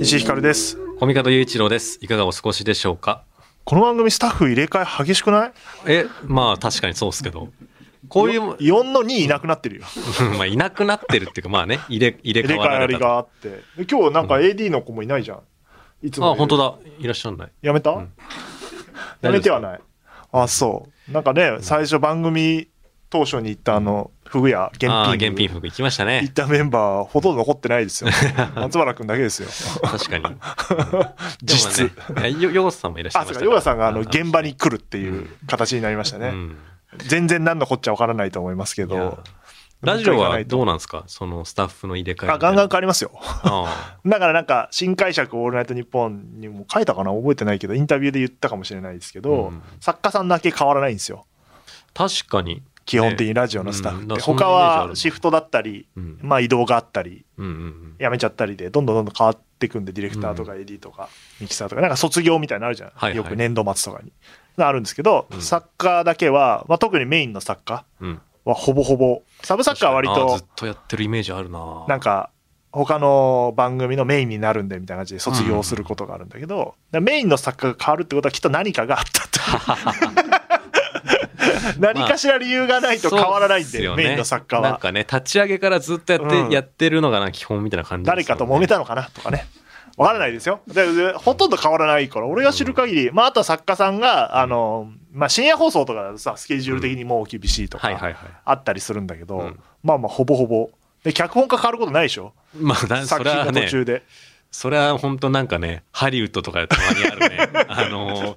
石井ひかるですコミカド雄一郎です。いかがお過ごしでしょうか。この番組スタッフ入れ替え激しくないえ、まあ確かにそうですけど、こういうも、 4の2いなくなってるよ まあいなくなってるっていうかまあね、入れ入れ入れ替替わえあらりれた。があってで今日なんか AD の子もいないじゃんいつもあ、本当だだ。いらっしゃらない。やめた、うん やめてはないあそうなんかね最初番組当初に行ったあのフグ屋現ああー、品現品服行きました行っね。たメンバーほとんど残ってないです よ松原君だけですよ確かに。 実質、でもね、いやよ、ようさんもいらっしゃあいそまうかしたヨガさんがあの現場にに来るっていう形になりましたね、うん全然何のこっちゃわからないと思いますけいやどラジオはどうなんですかそのスタッフの入れ替えみたいな。あガンガン変わりますよ あだからなんか新解釈「オールナイトニッポン」にも書いたかな覚えてないけどインタビューで言ったかもしれないですけど、うん作家さんだけ変わらないんですよー確かに。基本的にラジオのスタッフって、ねうんそんな他イメージあるはシフトだったり、うんまあ移動があったりうんうんうん。辞めちゃったりでどんどんどんどん変わっていくんでディレクターとか AD とかミキサーとかなんか卒業みたいなのあるじゃん、はいはいよく年度末とかにあるんですけど、うん作家だけは、まあ、特にメインの作家うん。はほぼほぼサブ作家は割確かにあとーずっとやってるイメージあるな。なんか他の番組のメインになるんでみたいな感じで卒業することがあるんだけど、だからメインの作家が変わるってことはきっと何かがあった と 何かしら理由がないと変わらないんそで,、うっすよねメインの作家なんはかね立ち上げからずっとやって、うんやってるのがな基本みたいな感じですよね誰かと揉めたのかなとかねわからないですよででほとんど変わらないから俺が知る限り、まあ、あとは作家さんがあの、まあ、深夜放送とかだとさスケジュール的にもう厳しいとはいはいかはいあったりするんだけど、うんまあまあほぼほぼで脚本家変わることないでしょまあだそ作れ品はの途ね中で、それは本当なんかねハリウッドとかでたまにあるね あのー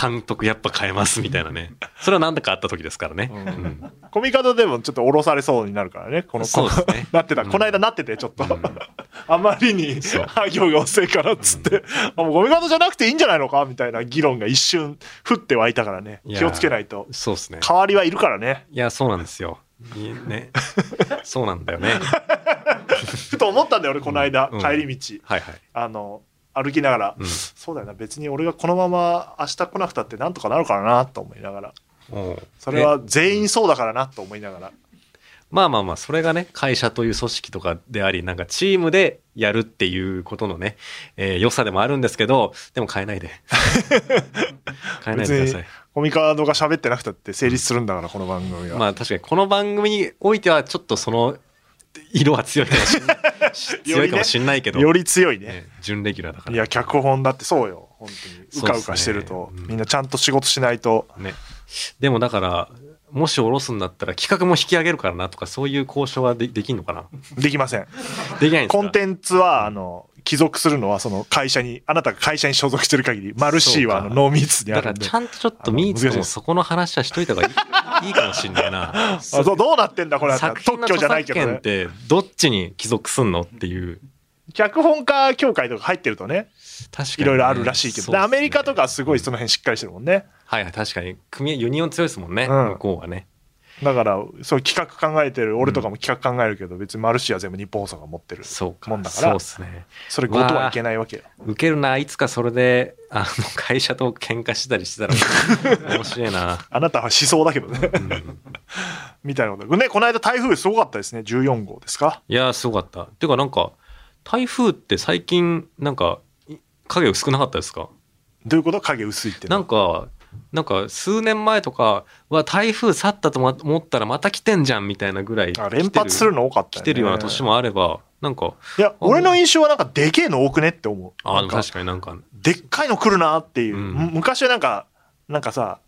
監督やっぱ変えますみたいなねそれは何だかあった時ですからね、うんうんコミカドでもちょっと降ろされそうになるからね、この、そうですね なってた、うんこの間なってて、ちょっと。うん あまりにそう作業が遅いからっつって、あもうコミカドじゃなくていいんじゃないのかみたいな議論が一瞬降って湧いたからね、いや気をつけないと。そうですね代わりはいるからね。 いやそうなんですよいいねそうなんだよ ねふと思ったんだよ、俺、この間、うん帰り道。はいはいあの、歩きながら、うんそうだよな、別に俺がこのまま明日来なくたってなんとかなるからな、と思いながら。おうそれは全員そうだからな、と思いながら。まあまあまあ、それがね、会社という組織とかであり、なんかチームでやるっていうことのね、えー良さでもあるんですけど、でも変えな いで。変えないでください。コミカドが喋ってなくたって成立するんだから、この番組は。まあ確かにこの番組においてはちょっとその、色は強いかもしんない。 強いかもしんないけど、より強いね。ね準レギュラーだから。いや脚本だってそうよ本当にうそうかっすねうかしてると、うんみんなちゃんと仕事しないとね。でもだから、もし下ろすんだったら企画も引き上げるからなとか、そういう交渉はでできんのかなできませんできないんですかコンテンツはあの帰属するのはその会社にあなたが会社に所属してる限りマルシーはあそうのかノーミーツにあだかるらんでちゃんとちょっとミーツともそこの話はしといた方がいいいいかもしんないな。 あそうどうなってんだこれは作品特の許著じゃない作けど、権っね、てどっちに帰属すんのっていう脚本家協会とか入ってるとね確かいにね、ろいろあるらしいけど、そうっすねアメリカとかはすごいその辺しっかりしてるもんねはいはい確かに組合ユニオン強いですもんね、うん向こうはねだからそう企画考えてる俺とかも企画考えるけど、別にマルシーは全部日本放送が持ってるそうかもんだからそうっすねそれごとはいけないわけよウケるないつかそれであの会社と喧嘩したりしてた ら面白いな、あなたは思想だけどねうんみたいなこと。ね、この間台風すごかったですね。14号ですかいやーすごかったていうかなんか台風って最近なんかい影薄くなかったですかどういうこと影薄いってなのはんかなんか数年前とかは台風去ったと思ったらまた来てんじゃんみたいなぐらいあ連発するの多かった来よね。てるような年もあれば、なんか、いや、俺の印象はなんかでけえの多くねって思う。あなんのか確かになんか、でっかいの来るなっていう。うんむ昔はなんか、なんかさ、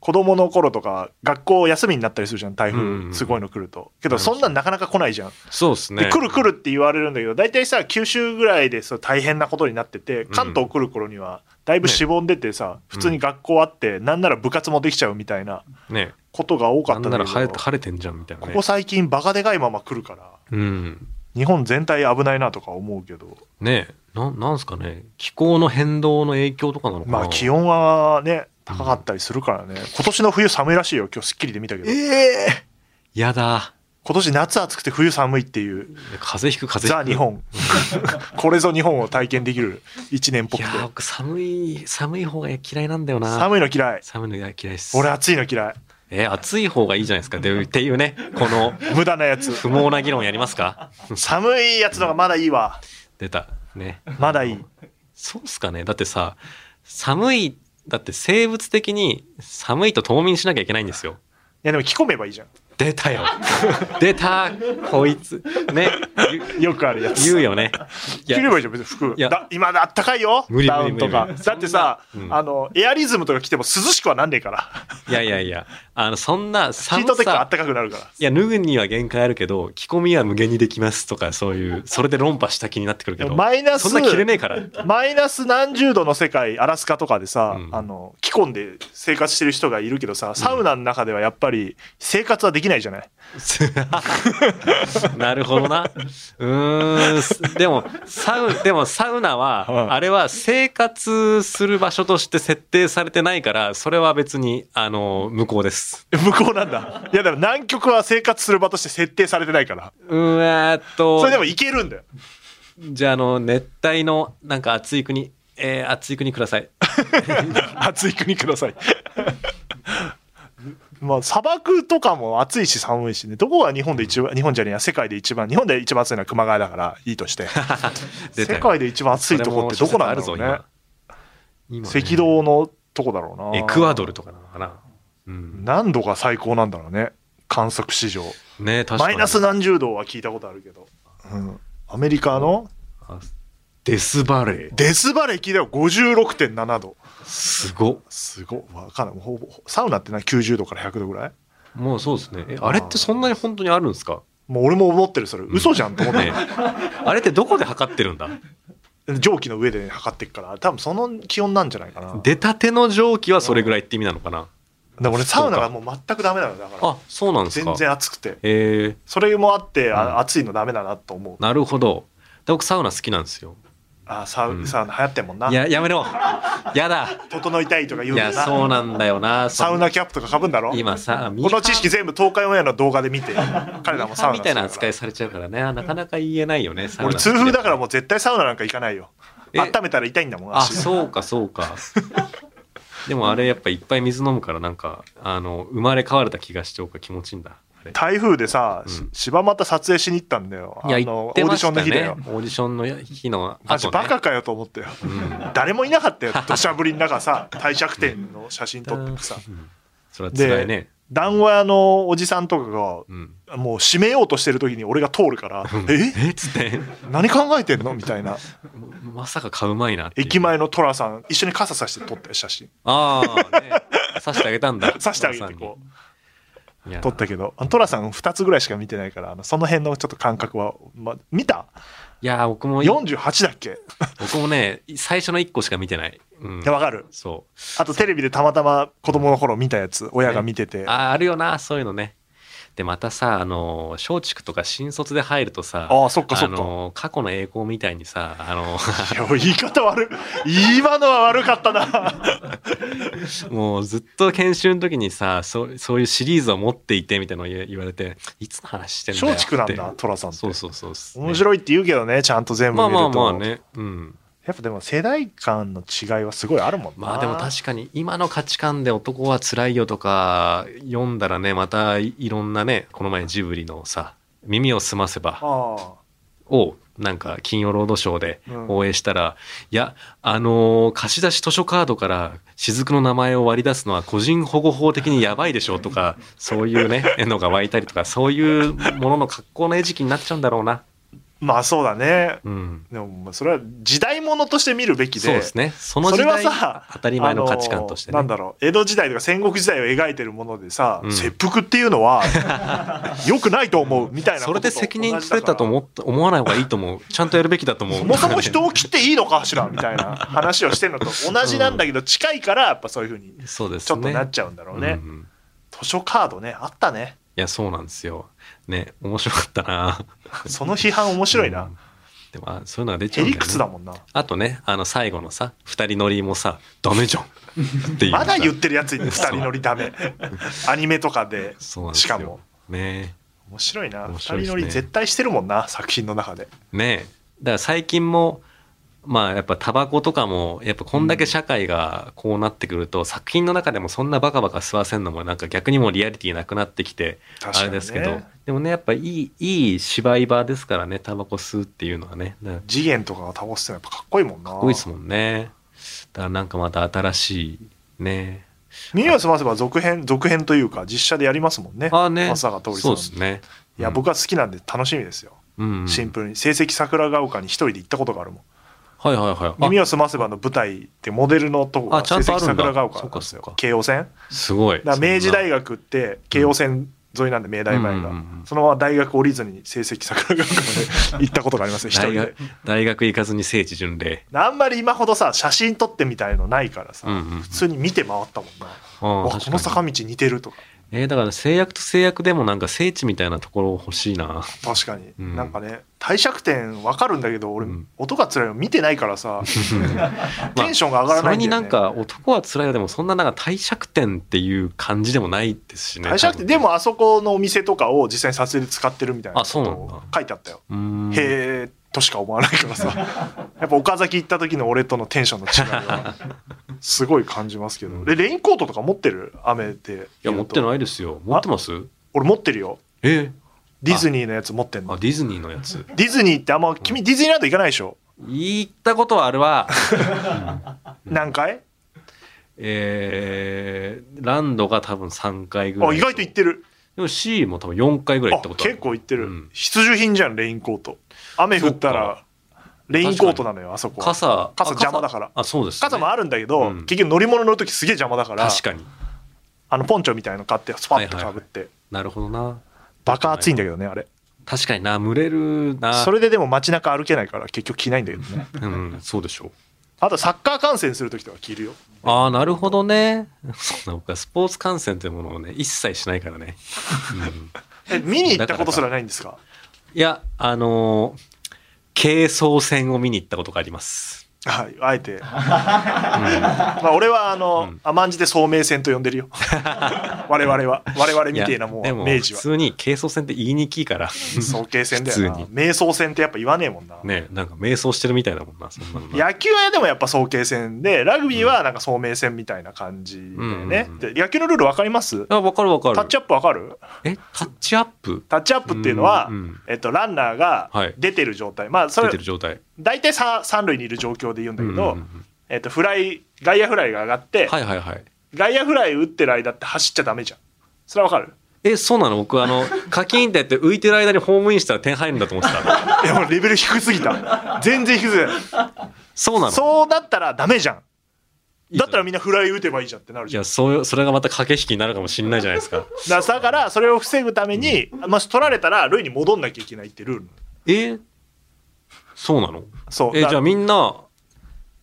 子供の頃とか学校休みになったりするじゃん台うんうんう風んすごいの来るとけどそんなんなかなか来ないじゃん、そうですね。で来る来るって言われるんだけど大体さ九州ぐらいでそう大変なことになってて関東来る頃にはだいぶしぼんでてさ、普通に学校あってなんなら部活もできちゃうみたいなね。ことが多かなっんたんなだらけど晴れ晴れてんじゃんみたいなこね。こ最近バカでかいまま来るからうん。日本全体危ないなとか思うけどねななんすかね。気候の変動の影響とかなのかな。まあ気温はね高かったりするからね今年の冬寒いらしいよ今日『スッキリ』で見たけどええやだ。今年夏暑くて冬寒いっていう、風邪ひく風邪ひくザ・日本。 これぞ日本を体験できる一年っぽいくやて。ー僕寒い寒い方が嫌いなんだよな寒いの嫌い。寒いの嫌いです俺暑いの嫌い。えー暑い方がいいじゃないですかでっていうねこの無駄なやつ。不毛な議論やりますか 寒いやつのがまだいいわ。出たねまだいい。そうっすかねだってさ寒いだって生物的に寒いと冬眠しなきゃいけないんですよいやでも着込めばいいじゃん。出 たよ出たこいつねよくあるや言う言つ。うよねい着やればいいじゃん、別に服。いやだ今だあったかいよ。無理無ダウ理ン無理とか無理。だってさ、うんあの、エアリズムとか着ても涼しくはなんねえから。いやいやいやあのそんなヒー寒トテックはあさったかくなるから。いや脱ぐには限界あるけど着込みは無限にできますとかそういうそれで論破した気になってくるけどマイナスそんな着れねえからマイナス何十度の世界アラスカとかでさ、うんあの着込んで生活してる人がいるけどさサウナの中ではやっぱり生活はできないじゃない、 なるほどな。うーんす。でも、サウ、でもサウナうんは、あれは生活する場所として設定されてないから、それは別に、あの、無効です。向こうなんだいやでも南極は生活する場として設定されてないからうーんえーっとそれで、も行けるんだよじゃあ、あの、熱帯の、なんか暑い国、えー、暑い国ください。 暑い国くださいまあ砂漠とかも暑いし寒いしねどこが日本で一番日本じゃねえや世界で一番日本で一番暑いのは熊谷だからいいとして 世出たよ界で一番暑いとこってどこなんだろそうねれも諸説あるぞ今今ね赤道のとこだろうなエクアドルとかなのかな。うん。何度が最高なんだろうね観測史上ね確かマに。イナス何十度は聞いたことあるけど、うん、アメリカのあデスバレー。デスバレー聞いたよ56.7度すごっ。すごいわかんないほぼサウナってな90度から100度ぐらいもうそうですね。え、あれってそんなに本当にあるんですかもう俺も思ってるそれ嘘じゃんと思って ね、あれってどこで測ってるんだ蒸気の上で、測ってっから多分その気温なんじゃないかなで出たての蒸気はそれぐらいって意味なのかなも俺サウナがもう全くダメなのだからあそうなんですか全然暑くてえそれもあって、あうん暑いのダメだなと思うー、なるほどで僕サウナ好きなんですよあサウ,、うんサウナ流行ってんもんないややめろやだ整いたいとか言ういんだやそうななんだよなそサウナキャップとかかぶんだろ今さこの知識全部東海オンエアの動画で見て彼らもサウナみたいな扱いいされちゃうからねなかなか言えないよねサウナ俺痛風だからもう絶対サウナなんか行かないよえ温めたら痛いんだもんあ足そうかそうかでもあれやっぱいっぱい水飲むからなんかあの生まれ変われた気がしておか気持ちいいんだあれ台風でさ、うんし柴又撮影しに行ったんだよいやあ言のってオーデまィショしンのた日だねよオーディションの日のマジ後ねバカかよと思ったようん誰もいなか ったよ土砂降りの中さ帝釈天の写真撮ってくさうんそれは 辛いね。団子屋のおじさんとかうん。がもう閉めようとしてる時に俺が通るから「え えっつって、何考えてんの?」みたいなまさか買うまいなっていう。駅前の寅さん一緒に傘さして撮ったよ写 真ああ、ね。刺してあげたんだ。 さしてあげてこう。う。いや撮ったけど、あのトラさん2つぐらいしか見てないから、あのその辺のちょっと感覚は、ま、見たいや、僕も、 ?48 だっけ僕もね、最初の1個しか見てない。うんいや、。わかる。そあとテレビでたまたま子供の頃見たやつ、親が見ててう。。ああ、あるよな、そういうのね。で、またさ、あの、松竹とか新卒で入るとさ、ああ、そっかそあっか。の、過去の栄光みたいにさ、あの、いや、言い方悪い。今のは悪かったな。もうずっと研修の時にさ、そうそういうシリーズを持っていてみたいなの言言われて、いつの話してんだよ松って。竹なんだ、トラさんって。そうそうそうっすね。面白いって言うけどね、ちゃんと全部まあ見るまと。あまあね。うん。やっぱでも世代間の違いはすごいあるもんな。まあでも確かに今の価値観で男は辛いよとか読んだらね、またいろんなね、この前ジブリのさ、耳を澄ませばあをなんか金曜ロードショーでうん応援したら、いや、あのー貸し出し図書カードから雫の名前を割り出すのは個人保護法的にやばいでしょうとか、 そういうね、絵のが湧いたりとか、そういうものの格好の餌食になっちゃうんだろうな。あまあそうだね。うん。でもまあそれは時代物として見るべきで。そうですね。その時代当たり前の価値観としてね。あのなんだろう江戸時代とか戦国時代を描いてるものでさ、うん切腹っていうの は良くないと思うみたいなそこれとでと責任取れたと思った思わない方がいいと思う。ちゃんとやるべきだと思う。そもそも人を切っていいのかしらみたいな話をしてるのと同じなんだけど近いからやっぱそういうふうに そうですね。ちょっとなっちゃうんだろうねうんうん図書カードねあったねいや、そうなんですよ。ね、面白かったな。その批判面白いな、うんでも、あそういうのが出ちゃへうんだりよ、くつね。だもんなあとね、あの、最後のさ、二人乗りもさ、ダメじゃん。っていうさ。まだ言ってるやつに二人乗りダメアニメとかでそうなんですしよかも。ね面白いな、面二白いです人ね乗り絶対してるもんな作品の中でねえだから最近もまあやっぱタバコとかもやっぱこんだけ社会がこうなってくると、作品の中でもそんなバカバカ吸わせんのもなんか逆にもうリアリティなくなってきて確かあに、ね、れですけど、でもねやっぱいいいい芝居場ですからねタバコ吸うっていうのはねだから次元とかが倒してるのやっぱかっこいいもんなかっこいいですもんねだからなんかまた新しいね耳を澄ませば続編続編というか実写でやりますもんねあ あね松坂桃李さそんうですねいや、僕は好きなんで楽しみですよ、うん、うんシンプルに成績桜ヶ丘に一人で行ったことがあるもんはいはいはい耳を澄ませばの舞台ってモデルのとこあがちゃ成んとあ績るんだ桜ヶ丘なんですそっかそっよか京王線あすごいだから明治大学学って京王線沿いなんで明大前が、うんうんうんうんそのまま大学降りずに成績桜ヶ丘まで行ったことがありますね一 人大で学。大学行かずに聖地巡礼あんまり今ほどさ写真撮ってみたいのないからさ、うんうんうん普通に見て回ったもんな、ああわ確こかのに坂道似てるとかえー、だから制約と制約でもなんか聖地みたいなところ欲しいな。確かに、うんなんかね帝釈天わかるんだけど俺、うん音が辛いの見てないからさ まあテンションが上がらそなれいんだによ、ねなんか男は辛いよでもそんななんか帝釈天っていう感じでもないですしね。帝釈天でもあそこのお店とかを実際に撮影で使ってるみたいなあそうなんだことを書いてあったよ多分、うーん。へえとしか思わないから さやっぱ岡崎行った時の俺とのテンションの違いはすごい感じますけどでレインコートとか持ってる雨でいいや持っていないですよ。持ってます？俺持ってるよえディズニーのやつ持ってんー、あのディズニーのやつ。ディズニーってあんま君ディズニーランド行かないでしょ行ったことはあるわ。うん何回えー、ランドが多分三回ぐらあい。意外と行ってるでも C も多分四回ぐらい行あったことある。結構行ってる、うん必需品じゃんレインコート雨降ったそっらレインコートなのよあそこは傘傘あ邪魔だからあそうです、ね。傘もあるんだけど、うん結局乗り物乗る時すげえ邪魔だから確かにあのポンチョみたいの買ってスパッとかぶって、なるほどな。バカ暑いんだけどねあれ確かにな群れるな。それででも街中歩けないから結局着ないんだけど ねうん、そうでしょう。あとサッカー観戦する時とか着るよああ、なるほどね。 そうな僕はスポーツ観戦というものをね、一切しないからね。うんえ見に行ったことすらないんですかいや、あのー、軽装戦を見に行ったことがあります。はいあえて うんまあ俺はあの、うん甘んじて聡明戦と呼んで るよ我々は我々みてえなもいやでんもは普明治は通に軽装戦って言いにくいから、早慶戦だよな普通瞑想戦ってやっぱ言わねえもんな、ね、なんか迷走してるみたいだもんな、そんなのな。野球はでもやっぱ早慶戦でラグビーはなんか聡明戦みたいな感じでね、うんで野球のルール分かりますあ、わかるわかる。タッチアップ分かるえ、タッチアップタッチアップっていうのは、うんうんえっと、ランナーがはい出てる状態、まあそ出れてる状態。大体さ三塁にいる状況で言うんだけど、うんうんうんえっと、フライ外野フライが上がって、はいはいはい。外野フライ打ってる間って走っちゃダメじゃんそれはわかるえ、そうなの僕、あの、カキンってやって浮いてる間にホームインしたら点入るんだと思ってた。 いやもうレベル低すぎ た全然低すぎそうなたのそうなったらダメじゃんだったらみんなフライ打てばいいじゃんってなるいじゃんや、そう、それがまた駆け引きになるかもしれないじゃないですか。だだからそれを防ぐために、もし取られたら塁に戻んなきゃいけないってルールえそうなのそうえだじゃあみんな、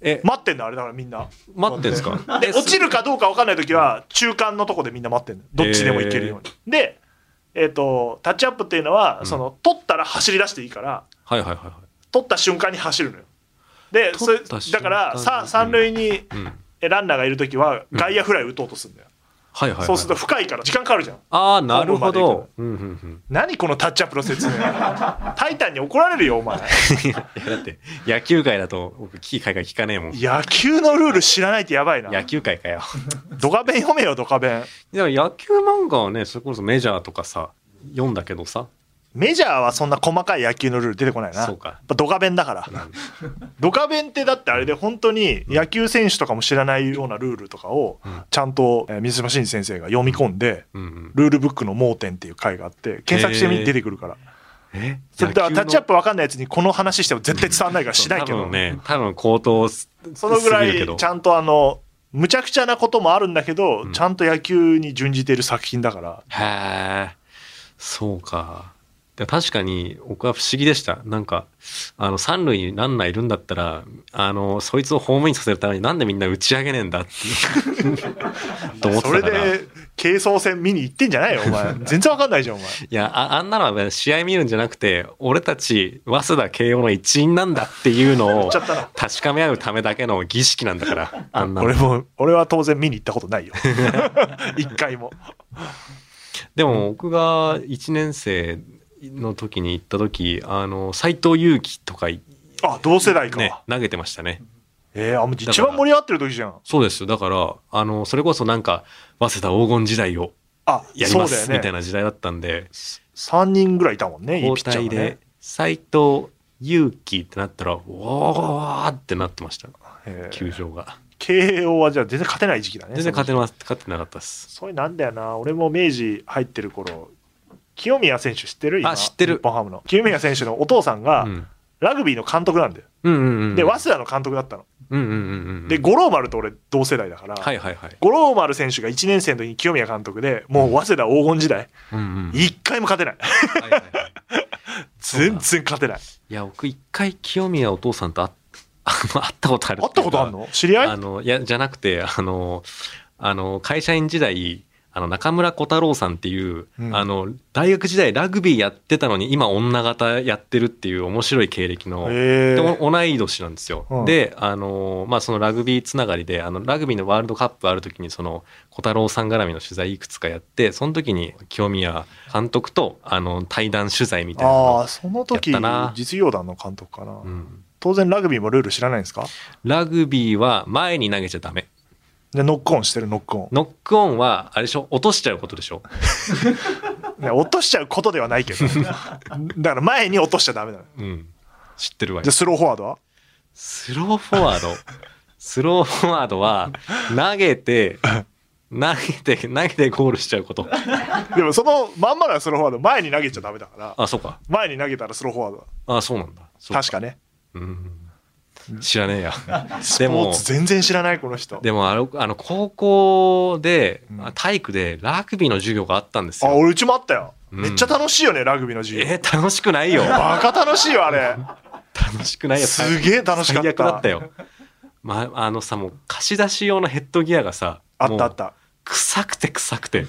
え、待ってんだあれだからみんな待ってんすかで落ちるかどうか分かんない時は中間のとこでみんな待ってんのどっちでもいけるように、でえっ、とタッチアップっていうのは、んその取ったら走り出していいからはいはいはいは取った瞬間に走るのよでそれ取った瞬だ間からうさん三塁にい。うん。はいえランナーがいる時は外野フライ打とうとするんだよ、はい、はい。そうすると深いから時間かかるじゃんああ、なるホーほムまど。うんうんうん。何このタッチアップの 説明タイタンに怒られるよお前いや、だって、野球界だと、僕、キー会が聞かねえもん。野球のルール知らないってやばいな野球界かよ。 ドカベン読めよドカベンでも野球漫画はね、それこそメジャーとかさ、読んだけどさ、メジャーはそんな細かい野球のルール出てこないな。そうかやっぱドカベンだから。ドカベンってだってあれで本当に野球選手とかも知らないようなルールとかをうんちゃんとえー水島新司先生が読み込んで、うんうん。ルールブックの盲点っていう回があって、検索してみへー出てくるから。えそれだからタッチアッププわかんないやつにこの話しても絶対伝わんないからしないけ多ど分。ね、多分高騰すそのぐらすぎるけどいちゃんとあの、むちゃくちゃなこともあるんだけどう、んちゃんと野球に準じている作品だから。へえ、そうか。で確かに、僕は不思議でした。なんか、あの、三塁にランナーいるんだったら、あの、そいつをホームインさせるためになんでみんな打ち上げねえんだって いう、と思ってそたれから。いで、軽装戦見に行ってんじゃないよ、お前。全然わかんないじゃん、お 前。やあ、あんなのは試合見るんじゃなくて、俺たち、早稲田慶応の一員なんだっていうのを 言っちゃったな確かめ合うためだけの儀式なんだから、あんなの 俺も俺は当然見に行ったことないよ一回もでも僕が1年生の時に行った時あの斎藤佑樹とかいあ同世代か、ね投げてましたねえー、あもうら一番盛り上がってる時じゃんそうですよだからあのそれこそなんか早稲田黄金時代をあやりそまうだす、よねみたいな時代だったんで3人ぐらいいたもんねいい交ピッチャ代ーがねで斎藤佑樹ってなったらおーってなってましたえー球場が慶応はじゃあ全然勝てない時期だね全然勝ていな勝ってなかったですそういうなんだよな俺も明治入ってる頃清宮選手知ってる今あ知ってる日本ハムの清宮選手のお父さんが、うんラグビーの監督なんだようんうんうんで早稲田の監督だったの、うんうんうんうんで五郎丸と俺同世代だから、はいはいはい五郎丸選手が1年生の時に清宮監督でもう早稲田黄金時代うんうんはい1回も勝て ないはいはいそう全だ然勝てないいや僕一回清宮お父さんとあ あの会ったことある会ったことあるの知り合あいのいやじゃなくてあのあの会社員時代あの中村小太郎さんっていう、うんあの大学時代ラグビーやってたのに今女型やってるっていう面白い経歴の、へでーお同い年なんですよ。うんであの、まあ、そのラグビーつながりであのラグビーのワールドカップある時にその小太郎さん絡みの取材いくつかやってその時に清宮監督とあの対談取材みたいなのあをあその時やったな実業団の監督かな、うん当然ラグビーもルール知らないんですかラグビーは前に投げちゃダメ。でノックオンしてるノックオノックオンは、あれでしょ落としちゃうことでしょン、ね、落としちゃうことではないけ どだから前に落としちゃダメなのうん。知ってるわじゃあよ。スローフォワードはスローフォワード。スローフォワードは、投げて、投げて、投げてゴールしちゃうこと。でもそのまんまなスローフォワード前に投げちゃダメだからあ、そうか。前に投げたらスローフォワードだあ、そうなんだ。そう確かねうん。知らねえや。スでポーもツ全然知らないこの人でもあの、あの高校でう、んあ体育でラグビーの授業があったんですあよ。俺うちもあったよ、うんめっちゃ楽しいよねラグビーの授業えー楽しくないよ。バカ楽しいよあれ楽しくないよ。すげえ楽しかった最悪だったよ。まあ、あのさ、もう貸し出し用のヘッドギアがさ、あったあっもうた臭くて臭くて。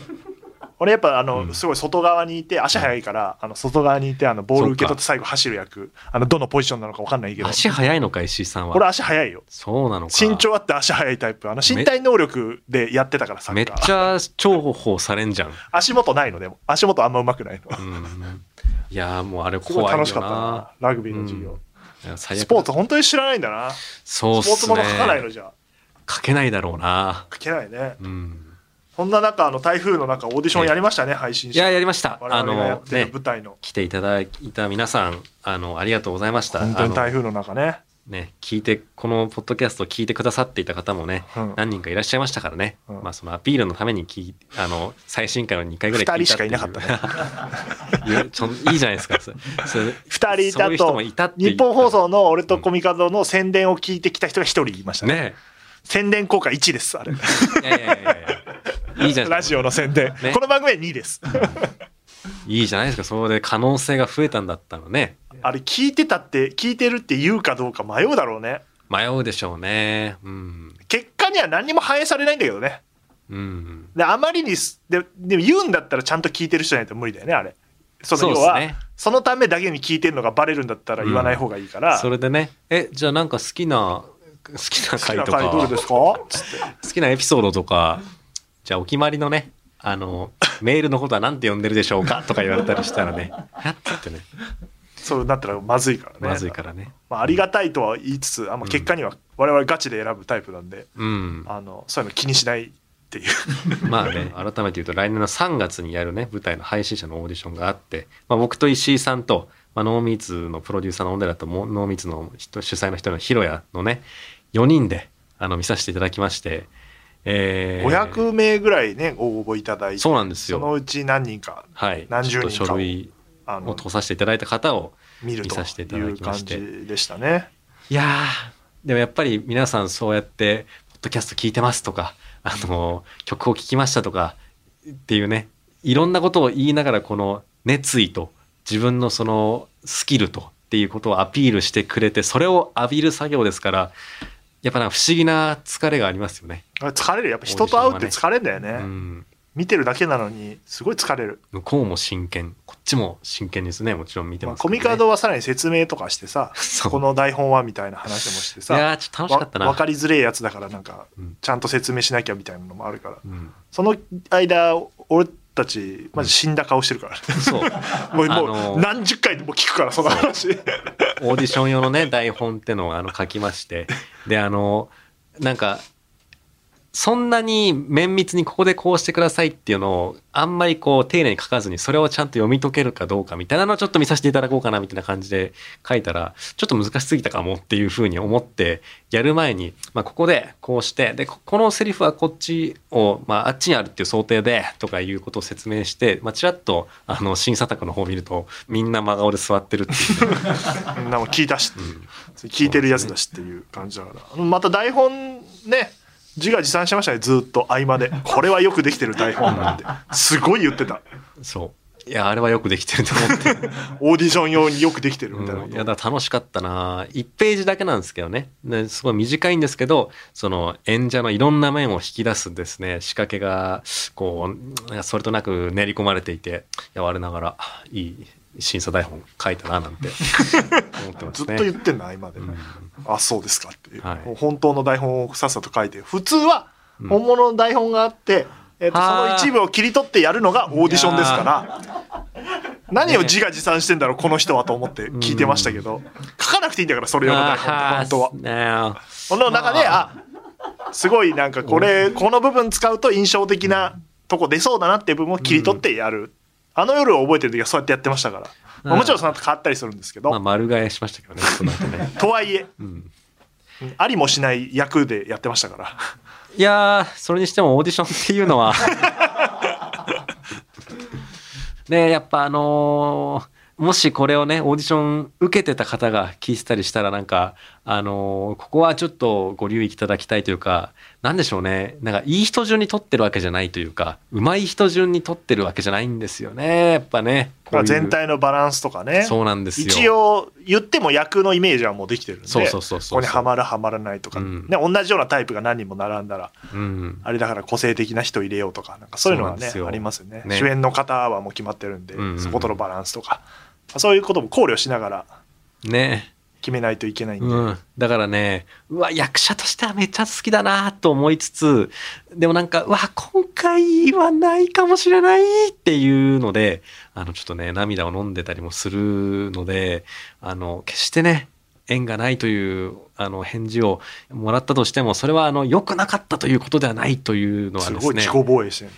俺やっぱあの、うんすごい外側にいて足速いからあの外側にいてあのボール受け取って最後走る役あのどのポジションなのか分かんないけど足速いのか、石井さん俺は。足速いよそうなのか。身長あって足速いタイプあの身体能力でやってたからサめッっカちーゃ重宝されんじゃん。足元ないのでも足元あんまうまくないのうん、いやーもうあれすごい怖いよな。楽しかったなラグビーの授業、いや最悪スポーツ本当に知らないんだな、そうっスポーツすもねの書かないのじゃ書けないだろうな。書けないねうん。そんな中あの台風の中オーディションやりましたね配信い者や、やりました。我あ々がやっの、てるね、舞台の来ていただいた皆さん、あの、ありがとうございました。本当にあの台風の中ねね、聞いて、このポッドキャストを聞いてくださっていた方もね、うん何人かいらっしゃいましたからね、うんまあそのアピールのために聞いあの、最新回を2回ぐらい聞いたってう二人しかいなかったいやちょいいじゃないですか。そそ二人いたとそういう人もいたっていう日本放送の俺とコミカドの宣伝を聞いてきた人が一人いましたねね。宣伝効果1ですあれいやいやいやいやいいじゃないラですジか。オの宣伝、ねこの番組は2ですいいじゃないですか。それで可能性が増えたんだったのね。あれ聞いてたって聞いてるって言うかどうか迷うだろうね迷うでしょうね。うん。結果には何にも反映されないんだけどねうん。であまりにすででも言うんだったらちゃんと聞いてる人じゃないと無理だよねあれそそうので要すはね。そのためだけに聞いてるのがバレるんだったら言わない方がいいから、それでね、え、じゃあなんか好きな、好きな好き回なと回か。どれですかつって好きなエピソードとか、じゃあお決まりのね、あの、メールのことは何て呼んでるでしょうかとか言われたりしたらね、はっつってね、そうなったらまずいからねまずいからね。まあ、ありがたいとは言いつつあんま結果には我々ガチで選ぶタイプなんで、うん。あのそういうの気にしないっていうまあね、改めて言うと来年の3月にやるね、舞台の配信者のオーディションがあって、まあ僕と石井さんと、まあ、ノーミーツのプロデューサーの小野寺とも、ノーミーツの人主催の人のヒロヤのね、4人で、あの、見させていただきまして、えー500名ぐらいね応募いただいてそうなんですそのよ。うち何人かはい。何ち十ょっと人かを書類あをの通させていただいた方を、見る見とさせていただいうきま感してじでしたね。いやーでもやっぱり皆さんそうやって、ポッドキャスト聞いてますとか、あのー曲を聴きましたとか、っていうね、いろんなことを言いながら、この熱意と、自分のそのスキルと、っていうことをアピールしてくれて、それを浴びる作業ですから、やっぱなんか不思議な疲れがありますよね。疲れるやっぱ人と会うって疲れるんだよね、うん。見てるだけなのにすごい疲れる、向こうも真剣、こっちも真剣ですね。もちろん見てまあますコけどね、ミカードはさらに説明とかしてさそうこの台本はみたいな話もしていさやーちょっと楽しかったな。わ分かりづれえやつだからなんかうんちゃんと説明しなきゃみたいなのもあるからうんその間俺たちマジ死んだ顔してるから、ねそう。もうもうあのー何十回も聞くからその話オーディション用のね、台本ってのをあの書きまして。で、あの、なんか、そんなに綿密にここでこうしてくださいっていうのを、あんまりこう丁寧に書かずに、それをちゃんと読み解けるかどうかみたいなのをちょっと見させていただこうかなみたいな感じで書いたら、ちょっと難しすぎたかもっていうふうに思って、やる前に、まあ、ここでこうして、で、ここのセリフはこっちを、まあ、あっちにあるっていう想定で、とかいうことを説明して、まあ、ちらっと、あの、審査卓の方を見ると、みんな真顔で座ってるっていうね、うんなんか聞いたし、うん聞いてるやつだしっていう感じだからまた台本ね自画自賛してましたねずっと合間でこれはよくできてる台本なんてすごい言ってたそう。いや、あれはよくできてると 思って。オーディション用によくできてるみたいなこうん、いと、や、だから楽しかったな1ページだけなんですけどね。ですごい短いんですけど、その演者のいろんな面を引き出すですね、仕掛けが、こう、それとなく練り込まれていて、いや、我ながら、いい審査台本書いたななん て思ってまずすっね。と言ってんの合間で、うんあそうですかっていう、はいもう本当の台本をさっさと書いて普通はうん本物の台本があって、えっとそはのあ一部を切り取ってやるのがオーディションですから何を自画自賛してんだろうこの人はと思って聞いてましたけど、書かなくていいんだからそれ用の台本って本当は。は。ねその中で、あすごいなんかこれ、この部分使うと印象的なとこ出そうだなっていう部分を切り取ってやる、あの夜を覚えてる時はそうやってやってましたから、まあうんもちろんその後変わったりするんですけど、まあ、丸替えしましたけどね、その後ね。とはいえうんありもしない役でやってましたからいやー、それにしてもオーディションっていうのはねえやっぱあのーもしこれをね、オーディション受けてた方が聞いてたりしたらなんか、あのーここはちょっとご留意いただきたいというか、なんでしょうね。なんかいい人順に撮ってるわけじゃないというか、上手い人順に撮ってるわけじゃないんですよね。やっぱね。こうまいあう全体のバランスとかねそうなんですよ。一応言っても役のイメージはもうできてるんでそうそうそうそうここにはまるはまらないとか、うんね、同じようなタイプが何人も並んだらうん。あれだから個性的な人入れようとかなんかそういうのはそうなんねですよありますよねね主演の方はもう決まってるんで、うんうんうんそことのバランスとかそういうことも考慮しながらねえ決めないといけないんで、うん、だからねうわ役者としてはめっちゃ好きだなと思いつつでもなんかうわ今回はないかもしれないっていうのであのちょっとね涙を飲んでたりもするのであの決してね縁がないというあの返事をもらったとしてもそれはあの良くなかったということではないというのはすでごすいね自己防衛してる、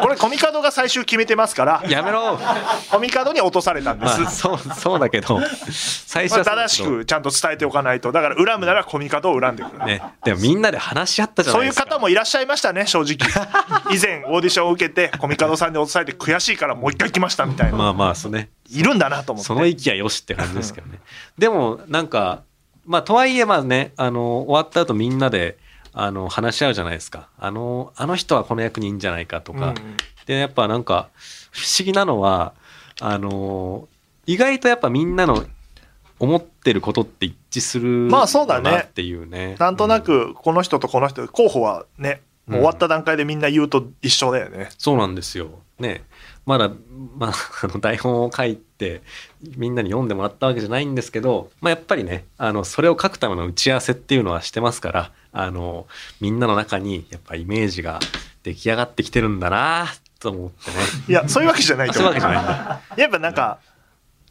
これコミカドが最終決めてますからうんやめ ろ、まコミカドに落とされたんです、あ、そうそうだけど最ま初あは正しそうだけどくちゃんと伝えておかないとだから恨むならコミカドを恨んでくれ、ね、でもみんなで話し合ったじゃそなういいでうすか方もいらっしゃいましたね正直 以前オーディションを受けてコミカドさんに落とされて悔しいからもう一回来ましたみたいな、まあまあそうねいるんだなと思ってその息はよしって感じですけどね。 でも、なんか、まあ、とはいえ、まあね、あの、終わった後みんなで、あの、話し合うじゃないですか。あの、あの人はこの役にいいんじゃないかとうか。んで、やっぱなんか、不思議なのは、あの、意外とやっぱみんなの思ってることって一致するまあそうだねなっていうね。なんとなくこの人とこの人候補はねもう終わった段階でみんな言うと一緒だよね、そうなんですよ。ね。まだ、まあ、 あの台本を書いて、みんなに読んでもらったわけじゃないんですけど、まあ、やっぱりね、あの、それを書くための打ち合わせっていうのはしてますから、あの、みんなの中に、やっぱイメージが出来上がってきてるんだなと思 ってね。いやそういうわけじゃないあとそういう思うわけじゃないん だ。やっぱなんか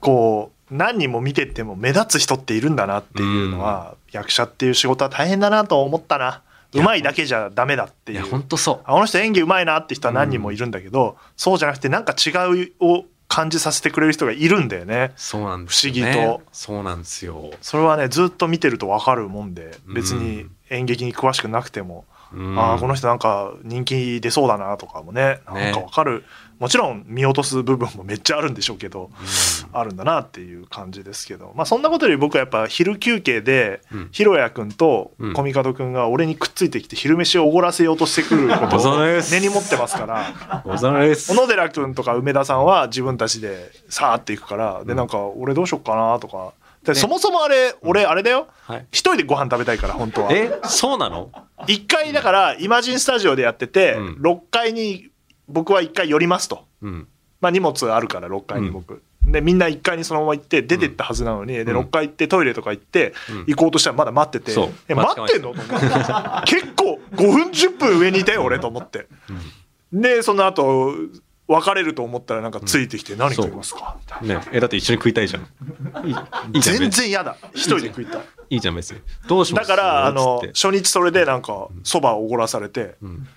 こう何人も見てても目立つ人っているんだなっていうのは、役者っていう仕事は大変だなと思ったな上手いだけじゃダメだっていいや、うほんとそあこの人演技上手いなって人は何人もいるんだけど、そうじゃなくてなんか違うを感じさせてくれる人がいるんだよねう。そうなんですよ、ね。不思議と。そうなんですよ。それはねずっと見てると分かるもんでうん別に演劇に詳しくなくても、うんああこの人なんか人気出そうだなとかもねねなんかわかる、もちろん見落とす部分もめっちゃあるんでしょうけど、うあるんだなっていう感じですけど、まあ、そんなことより僕はやっぱ昼休憩で、うんひろやくんとうんコミカドくんが俺にくっついてきて昼飯をおごらせようとしてくること ございをます根に持ってますから。ございま小。す野寺君とか梅田さんは自分たちでさーっていくからでうんなんか俺どうしよっかなとかでねそもそもあれ俺あれだよはい。一人でご飯食べたいから本当はえ、そうなの一回だからイマジンスタジオでやってて、うん6階に僕は一回寄りますと、うん。まあ、荷物あるから6階に僕、でみんな1階にそのまま行って出てったはずなのに、でうん6階行ってトイレとか行って、うん行こうとしたらまだ待ってて、そうえ待ってんのと思って結構5分10分上にいたよ俺と思って、でその後別れると思ったらなんかついてきて何食いますか、みたいなねえ、だって一緒に食いたいじゃん。いいいいじゃん。全別に然嫌だ一人で食いたいいいじゃん、別に。どうしまだすからあのつって初日それでなんかそばをおごらされてうん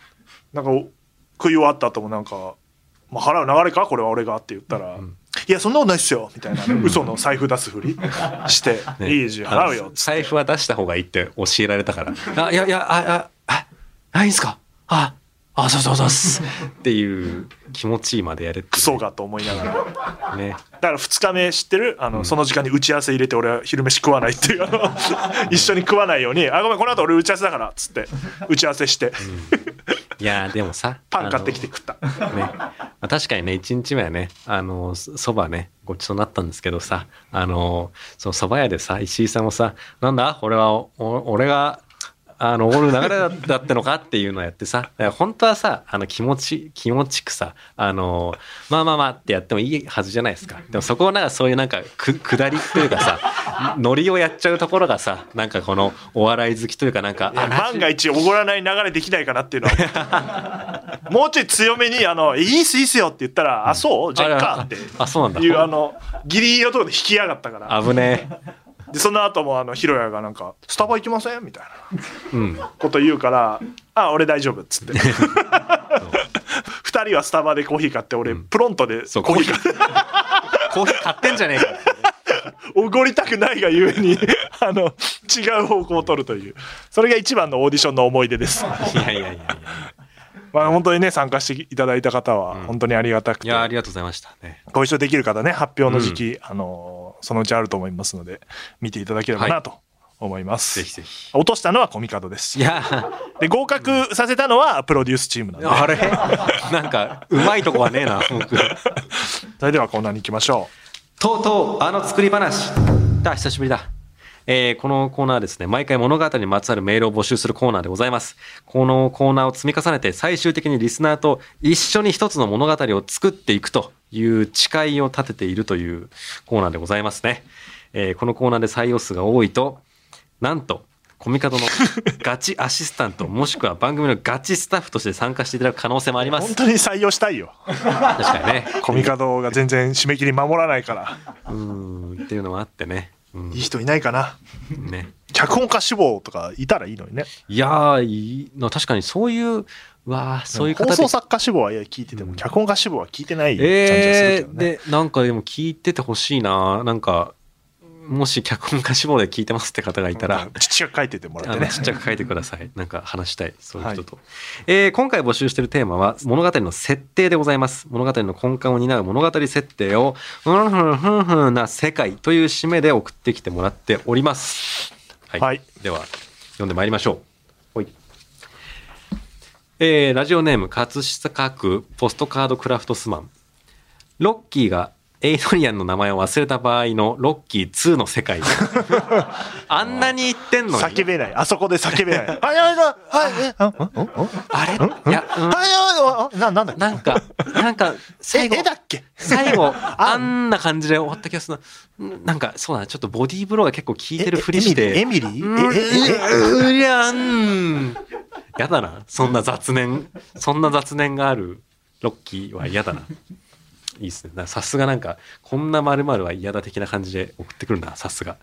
なんかお食い終わった後もなんか「まあ、払う流れかこれは俺が」って言ったら「んいやそんなことないっすよ」みたいな嘘の財布出すふりして「 ねいいじゃん払うあよの」財布は出した方がいいって教えられたから。あ、いやいや、あ、あ、あ、あいいんすかあ、あ、そうそうそうっす。っていう気持ちいいまでやれってクソがと思いながらだね。から2日目知ってるあの、その時間に打ち合わせ入れて俺は昼飯食わないっていうあの一緒に食わないように「あごめんこの後俺打ち合わせだから」っつって打ち合わせして、いやーでもさ。 パン買ってきて食った あのね、まあ確かにね、一日目はね、あの、そそばね、ごちそうになったんですけどさ、あの、そのそば屋でさ、石井さんもさ、なんだ俺は、お俺が、あの、おごる流れだだったのかっていうのをやってさ、だから本当はさ、あの、気持ち、気持ちくさ、あの、まあまあまあってやってもいいはずじゃないですか。でもそこをなんかそういうなんか、く、下りというかさ、ノリをやっちゃうところがさ、なんかこのお笑い好きというかなんか、いやあラジオ万が一おごらない流れできないかなっていうのは もうちょい強めに「あのいいっすいいっすよ」って言ったら「あそうじゃあいっか」ってあ、そうなんだ。いうあのギリギリのところで引きやがったから危ねえ。でその後もあのヒロヤがなんか「スタバ行きません?」みたいなうん。こと言うから「あ俺大丈夫」っ つって二人はスタバでコーヒー買って俺プロントでそうコーヒー買って コーヒー買ってんじゃねえかってね。おごりたくないがゆえにあの違う方向を取るというそれが一番のオーディションの思い出です。いやいやいやいや。まあ本当にね参加していただいた方は本当にありがたくいて、や、ありがとうございましたね。ご一緒できる方ね発表の時期、あのーそのうちあると思いますので見ていただければはないと思います、ぜひぜひ。落としたのはコミカドですいや、で合格させたのはプロデュースチームなんで、あれ なんか、うまいとこはねえな、僕。それではコーナーに行きましょとうとう、あの作り話。だ、久しぶりだ。えーこのコーナーはですね、毎回物語にまつわるメールを募集するコーナーでございます。このコーナーを積み重ねて、最終的にリスナーと一緒に一つの物語を作っていくという誓いを立てているというコーナーでございますね。えーこのコーナーで採用数が多いと、なんと、コミカ ドのガチアシスタント、もしくは番組のガチスタッフとして参加していただく可能性もありうます本。当に採用したいよ確かにね。コミカドが全然締め切り守らないからうん、っていうのもあってね。うんいい人いないかなね。脚本家志望とかいたらいいのにねいやーいいな確かにそういううわーそういう方放で送作家志望はいや聞いてても、脚本家志望は聞いてない感じがするけえどー、ね、でなんかでも聞いててほしいななんかもし脚本家志望で聞いてますって方がいたら、父が書いててもらっあてのねちっちゃく書いてください。なんか話したい、そういう人と。えー今回募集しているテーマは、物語の設定でございます。物語の根幹を担う物語設定を、ふんふんふんふんな世界という締めで送ってきてもらっております。はい。はいでは、読んでまいりましょう。はい。えーラジオネーム、葛飾区ポストカードクラフトスマン。ロッキーがエイドリアンの名前を忘れた場合のロッキー2の世界。あんなに言ってんのに。叫べないあそこで叫べない あやだはいえあんんんあれいや、うあいや、な、なんだっん、なんか、なんか、け最後え、絵、だっけ最 後、あんな感じで終わった気がするな。んなんか、そうだな、ちょっとボディーブローが結構効いてるふりして。エミリーエミリうーえ、え、え、ーんうりゃん。やだな、そんな雑念、そんな雑念があるロッキーは嫌だな。いいっすね。なさすがなんか、こんな〇〇は嫌だ的な感じで送ってくるな、さすが。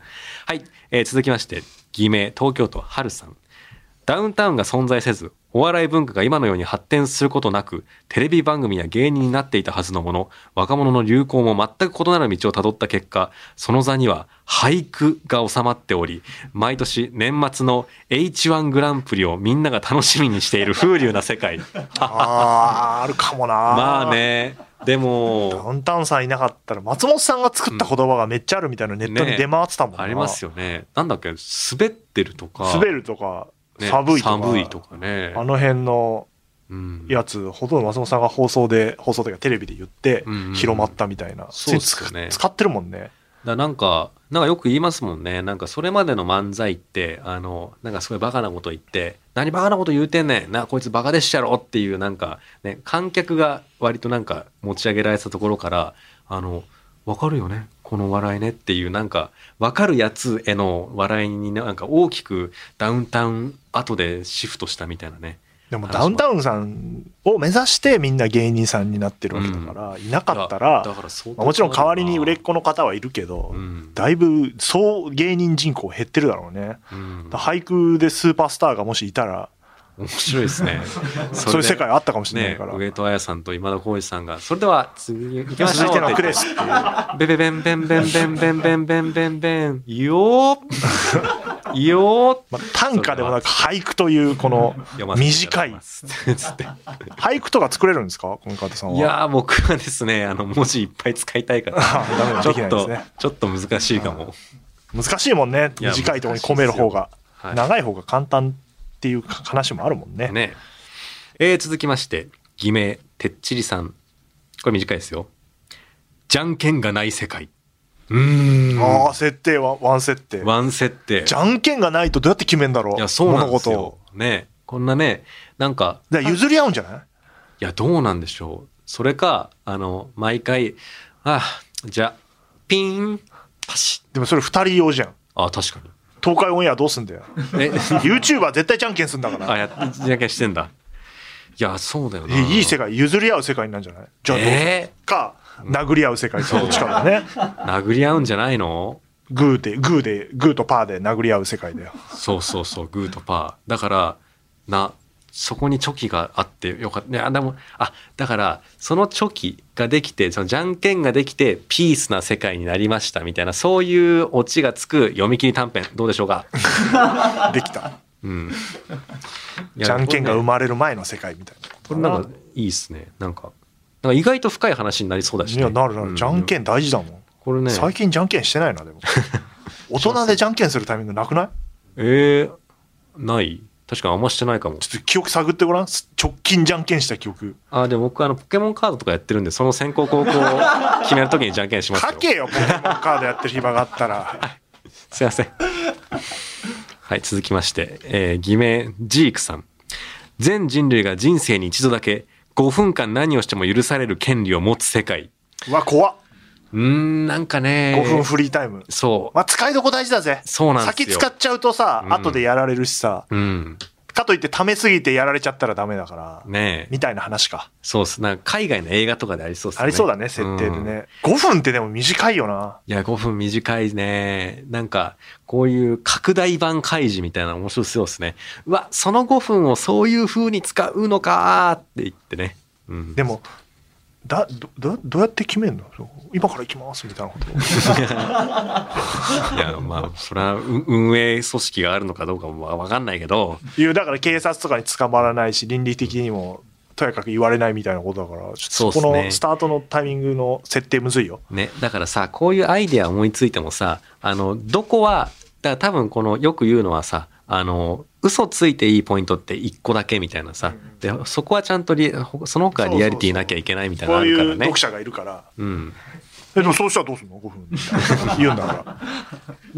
はい、えー続きまして、偽名、東京都、春さん。ダウンタウンが存在せず、お笑い文化が今のように発展することなく、テレビ番組や芸人になっていたはずのもの、若者の流行も全く異なる道をたどった結果、その座には俳句が収まっており、毎年年末の H1 グランプリをみんなが楽しみにしている 風流な世界。あー、あるかもな。まあ。ね、でダも、ウンタウンさんいなかったら、松本さんが作った言葉がめっちゃあるみたいなのネットに出回ってたもんな。ありますよ。よね。なんだっけ、滑ってるとか、滑るとか、ね寒いとか。寒いとかね。あの辺のうんやつ、ほとんど松本さんが放送で、放送というかテレビで言ってうんうん、広まったみたいな。そうっすよねつ使ってるもんね。だなんか、なんかよく言いますもんね。なんかそれまでの漫才って、あの、なんかすごいバカなこと言って、何バカなこと言うてんねんな、こいつバカでっしゃろっていうなんか、ね、観客が割となんか持ち上げられたところから、あの、わかるよねこの笑いねっていうなんか、わかるやつへの笑いになんか大きくダウンタウン後でシフトしたみたいなね。でもダウンタウンさんを目指してみんな芸人さんになってるわけだから、いなかったらだから相当まあもちろん代わりに売れっう子の方はいるけど、んだいぶそう芸人人口減ってるだろうね、うんだから俳句でスーパースターがもしいたら面白いです ねそういう世界あったかもしれなねいから、上戸彩さんと今田耕司さんがそれでは次行きましょう続いてのクレススっていうベベベンベンベンベンベンベンベンベンベンよーよーまあ、短歌でもなく俳句というこの読ませて短ただきいますつって俳句とか作れるんですかこの方さんはいやー僕はですねあの文字いっぱい使いたいから ダメだちでょきなっいですとねちょっと難しいかも難しいもんねいや短いところに込める方が、難しいですよはい長い方が簡単っていう話もあるもんねねえー続きまして偽名てっちりさんこれ短いですよじゃんけんがない世界うーんああ設定はワン設定ワン設定じゃんけんがないとどうやって決めんだろういやそうなんです物よ事ねこんなねなんかをだから譲り合うんじゃないいや、どうなんでしょう。それか、あの、毎回、ああ、じゃあ、ピーン、パシッ。でもそれ二人用じゃんあ、確かに。東海オンエアどうすん だよえ、 YouTuber 絶対じゃんけんすんだからあ、やっ、じゃんけんしてんだ。いや、そうだよな。いいいい世界譲り合う世界なんじゃないじゃあどうするえか殴り合う世界どっちかだね殴り合うんじゃないのグーでグーでグーとパーで殴り合う世界だよそうそうそう、グーとパー。だから、な、そこにチョキがあってよかった。いや、でも、あ、だから、そのチョキができて、そのじゃんけんができて、ピースな世界になりましたみたいな、そういうオチがつく読み切り短編、どうでしょうかできたうん。いやじゃんけんがこれね生まれる前の世界みたいなこれなんかいいですね。なんか、なんか意外と深い話になりそうだし、いね。やなるなるじゃんけん。ん大事だもんこれね、最近じゃんけんしてないなで も大人でじゃんけんするタイミングなくないえー、ない。確かにあんましてないかも。ちょっと記憶探ってごらん直近じゃんけんした記憶あ、でも僕、あの、ポケモンカードとかやってるんで、その先行後攻を決めるときにじゃんけんしますよ。書けよポケモンカードやってる暇があったら すいません。はい、続きまして、えー偽名、ジークさん。全人類が人生に一度だけ、5分間何をしても許される権利を持つ世界。うわ怖っうーん、なんかね。 5分フリータイムそう。まあ使いどこ大事だぜそうなんです先よ。使っちゃうとさうん後でやられるしさうん。かといってためすぎてやられちゃったらダメだからねえ。みたいな話かそうっす。なんか海外の映画とかでありそうっすね。ありそうだね設定でうんね5分ってでも短いよないや、5分短いね。なんか、こういう拡大版開示みたいなの面白そうですね。うわ、その5分をそういう風に使うのかーって言ってね。うん。でもだどどどうやって決めるのそう今から行きますみたいなこといや、まあ、それは運運営組織があるのかどうかもわわかんないけど、いうだから警察とかに捕まらないし倫理的にもとやかく言われないみたいなことだからちょっとそこそうっすのねスタートのタイミングの設定むずいよね、だからさこういうアイデア思いついてもさあのどこはだから多分このよく言うのはさあの嘘ついていいポイントって1個だけみたいなさでそこはちゃんとリその他はリアリティなきゃいけないみたいなこのあうるかいうらね読。者がいるからうん、えでもそうしたらどうすんの5分み たいな言うんだから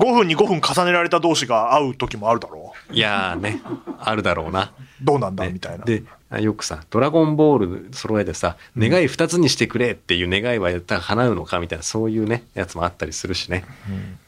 5分に5分重ねられた同士が会う時もあるだろういやーねあるだろうな。どうなんだねみたいなであよくさ「ドラゴンボール」揃えてさ「願い2つにしてくれ」っていう願いはやったら叶うのかみたいなそういうねやつもあったりするしね。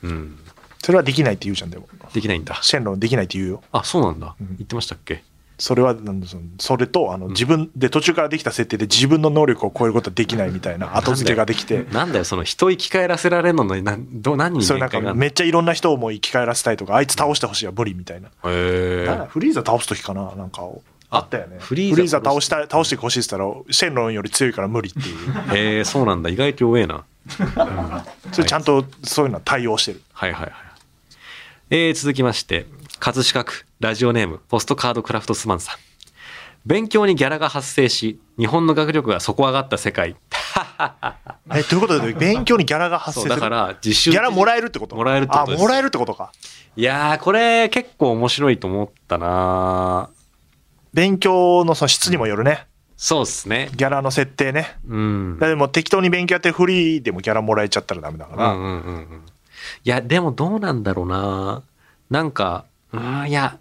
うん、それはできないって言うじゃんでもできないんだ。シェンロンできないって言うよあそうなんだうん言ってましたっけそれはなんだそのそれとあの自分で途中からできた設定で自分の能力を超えることはできないみたいな後付けができてなんだよ、その人生き返らせられるのに、なんど何にそれなんか限界があるのめっちゃいろんな人をもう生き返らせたいとかあいつ倒してほしいは無理みたいなへなんだーフリーザ倒す時かななんかをああったよねフフリーリザーザ倒した倒してほしいっつったらシェンロンより強いから無理っていうへーそうなんだ。意外と弱えな。それちゃんとそういうのは対応 してるはいはいはい。えー続きまして、葛飾区、ラジオネーム、ポストカードクラフトスマンさん。勉強にギャラが発生し、日本の学力が底上がった世界。えということで勉強にギャラが発生そすう、るだから、実習。ギャラもらえるってこともらえるってことあですもらえるってことかいやー、これ結構面白いと思ったな勉強のその質にもよるねそうっすね。ギャラの設定ねうん。でも適当に勉強やってフリーでもギャラもらえちゃったらダメだかうら、んうんうんうん。いや、でもどうなんだろうな。なんか、うん、いや、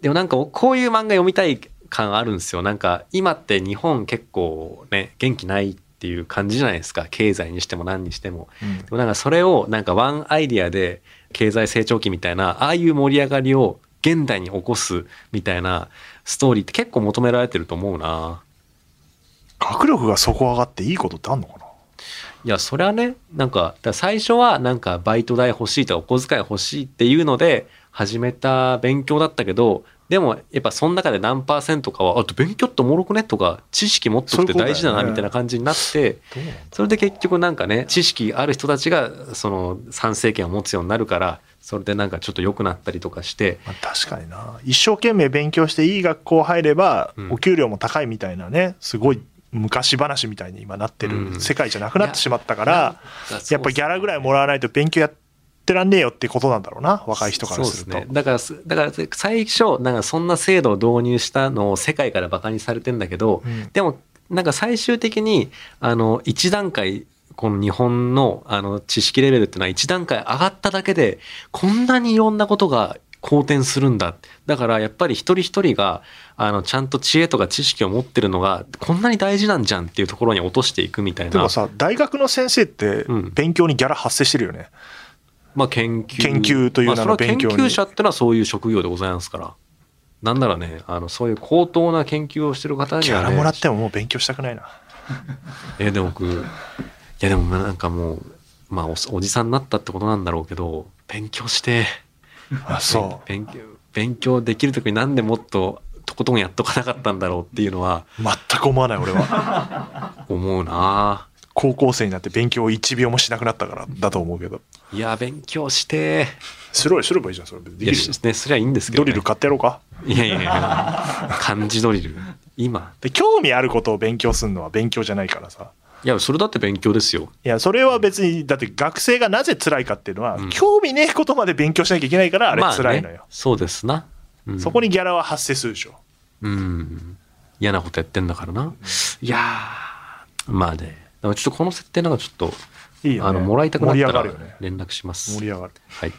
でもなんかこういう漫画読みたい感あるんですよ。なんか今って日本結構ね、元気ないっていう感じじゃないですか。経済にしても何にしても。うんでもなんかそれをなんかワンアイディアで経済成長期みたいな、ああいう盛り上がりを現代に起こすみたいな、ストーリーって結構求められてると思うな。学力が底上がっていいことってあんのかないや、それはね、なんか、だから最初はなんかバイト代欲しいとかお小遣い欲しいっていうので始めた勉強だったけど、でもやっぱその中で何パーセントかは、あと勉強っておもろくねとか、知識持っとくって大事だそうないうことだよねみたいな感じになって、どうなのそれで結局なんかね、知識ある人たちがその参政権を持つようになるから、それでなんかちょっと良くなったりとかして、まあ、確かにな一生懸命勉強していい学校入ればうんお給料も高いみたいなねすごい昔話みたいに今なってうんる世界じゃなくなってしまったから、なんかやっぱギャラぐらいもらわないと勉強やってらんねえよってことなんだろうな若い人からするとそうですね、だからすだから最初なんかそんな制度を導入したのを世界からバカにされてんだけど、うんでもなんか最終的にあの一段階この日本のあの知識レベルっていうのは一段階上がっただけでこんなにいろんなことが好転するんだだからやっぱり一人一人があのちゃんと知恵とか知識を持ってるのがこんなに大事なんじゃんっていうところに落としていくみたいでなも、さ大学の先生ってうん勉強にギャラ発生してるよね、まあ、研究研究という名のまあそれは勉強に研究者ってのはそういう職業でございますからなんならねあのそういう高等な研究をしてる方にギは、ャね、ラもらってももう勉強したくないなえでも僕いやでもなんかもうまあおおじさんになったってことなんだろうけど勉強してあそう勉強勉強できる時になんでもっととことんやっとかなかったんだろうっていうのは全く思わない俺は思うな高校生になって勉強を1秒もしなくなったからだと思うけどいや勉強してすればすればいいじゃんそれできいるやよしねそりゃいいんですけドど、リね、ル買ってやろうかいやいやいや漢字ドリル今で興味あることを勉強するのは勉強じゃないからさいやそれだって勉強ですよいやそれは別にだって学生がなぜ辛いかっていうのは、うん興味ねえことまで勉強しなきゃいけないからあれま辛いのよ、ね、そうですな、うんそこにギャラは発生するでしょうん嫌なことやってんだからな、いやーまあねでもちょっとこの設定なんかちょっと、いいよ、ね、あのもらいたくなっ盛りた上がらるよね連絡します盛り上がるはい。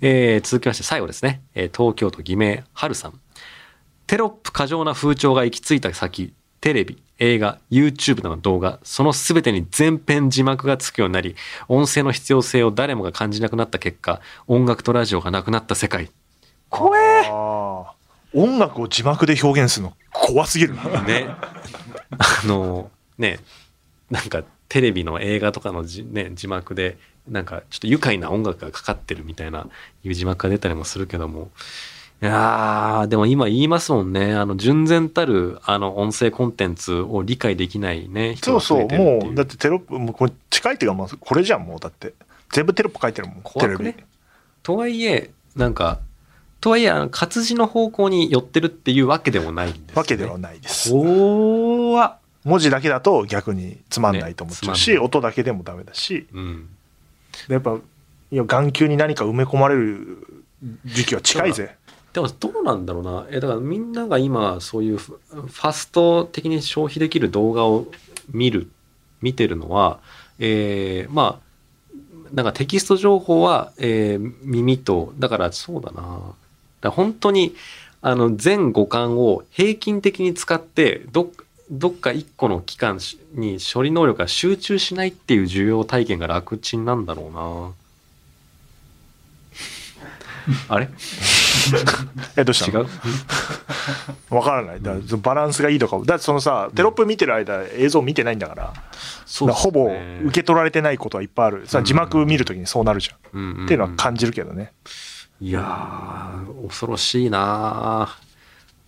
えー続きまして最後ですね。えー東京都偽名、春さん。テロップ過剰な風潮が行き着いた先、テレビ、映画、YouTube などの動画、その全てに全編字幕がつくようになり、音声の必要性を誰もが感じなくなった結果、音楽とラジオがなくなった世界。怖えあー音楽を字幕で表現するの怖すぎるなね。あの、ね、なんかテレビの映画とかのじ、ね、字幕で、なんかちょっと愉快な音楽がかかってるみたいな、いう字幕が出たりもするけども、いやー、でも今言いますもんね。あの、純然たる、あの、音声コンテンツを理解できないね、人そがうそ増うえてるっていう。もうだってテロップもうこれ近いっていうかもうこれじゃんもうだって全部テロップ書いてるもんテ怖レくビねとはいえ、なんか、とはいえ、あの活字の方向に寄ってるっていうわけでもないんですよね。わけではないです怖っ文字だけだと逆につまんないと思っちゃうし、ねつまんない音だけでもダメだしうん。でやっぱいや眼球に何か埋め込まれる時期は近いぜでもどうなんだろうなえだからみんなが今そういうフファスト的に消費できる動画を見る見てるのは、えーまあなんかテキスト情報は、えー耳とだからそうだなだから本当にあの全五感を平均的に使ってどっどっか一個の期間しに処理能力が集中しないっていう需要体験が楽ちんなんだろうなあれえどうし違たのう分からないだからそのバランスがいいとかだってそのさテロップ見てる間映像見てないんだから,、そうですほねぼ受け取られてないことはいっぱいあるさうん字幕見るときにそうなるじゃん、うんんんっていうのは感じるけどねいやー恐ろしいな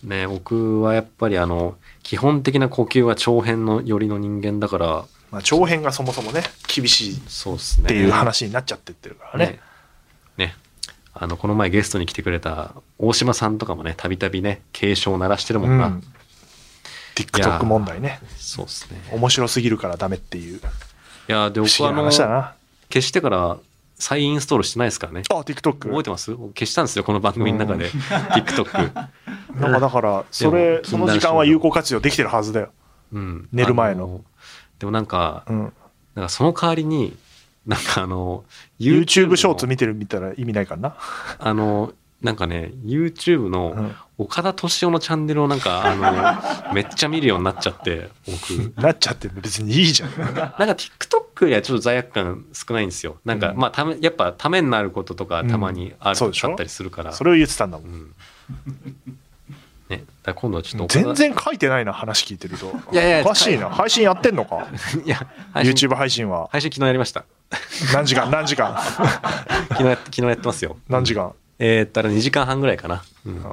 ーね僕はやっぱりあの基本的な呼吸は長編の寄りの人間だからまあ、長編がそもそもね厳しいっそうですねていう話になっちゃってってるからねねねあのこの前ゲストに来てくれた大島さんとかもねたびたびね警鐘を鳴らしてるもうんな、んいや TikTok 問題ねそうですね面白すぎるからダメっていういやーで不思僕議あなの話だ消なしてから再インストールしてないですからねあ TikTok 覚えてます僕消したんですよこの番組の中で TikTok なんかだから、それ、その時間は有効活用できてるはずだよ。うん寝る前のあでもなんかうん。なんかその代わりに、なんかあの、 YouTube ショーツの見てる見たら意味ない からな。あの、なんかね、YouTube うのん。岡田敏夫のチャンネルをなんか、あ の、めっちゃ見るようになっちゃって、僕。なっちゃって別にいいじゃん。なんか TikTok よりはちょっと罪悪感少ないんですよ。なんか、うんまあ、ため、やっぱためになることとかたまにある、そうでしょあったりするから。それを言ってたんだもん。うんね、から今度はちょっと全然書いてないな話聞いてるといやいやおかしいな配信やってんのか いや配信 YouTube 配信は配信昨日やりました何時間何時 間昨日や昨日やってますよ何時間えー、っとあれ2時間半ぐらいかな、うん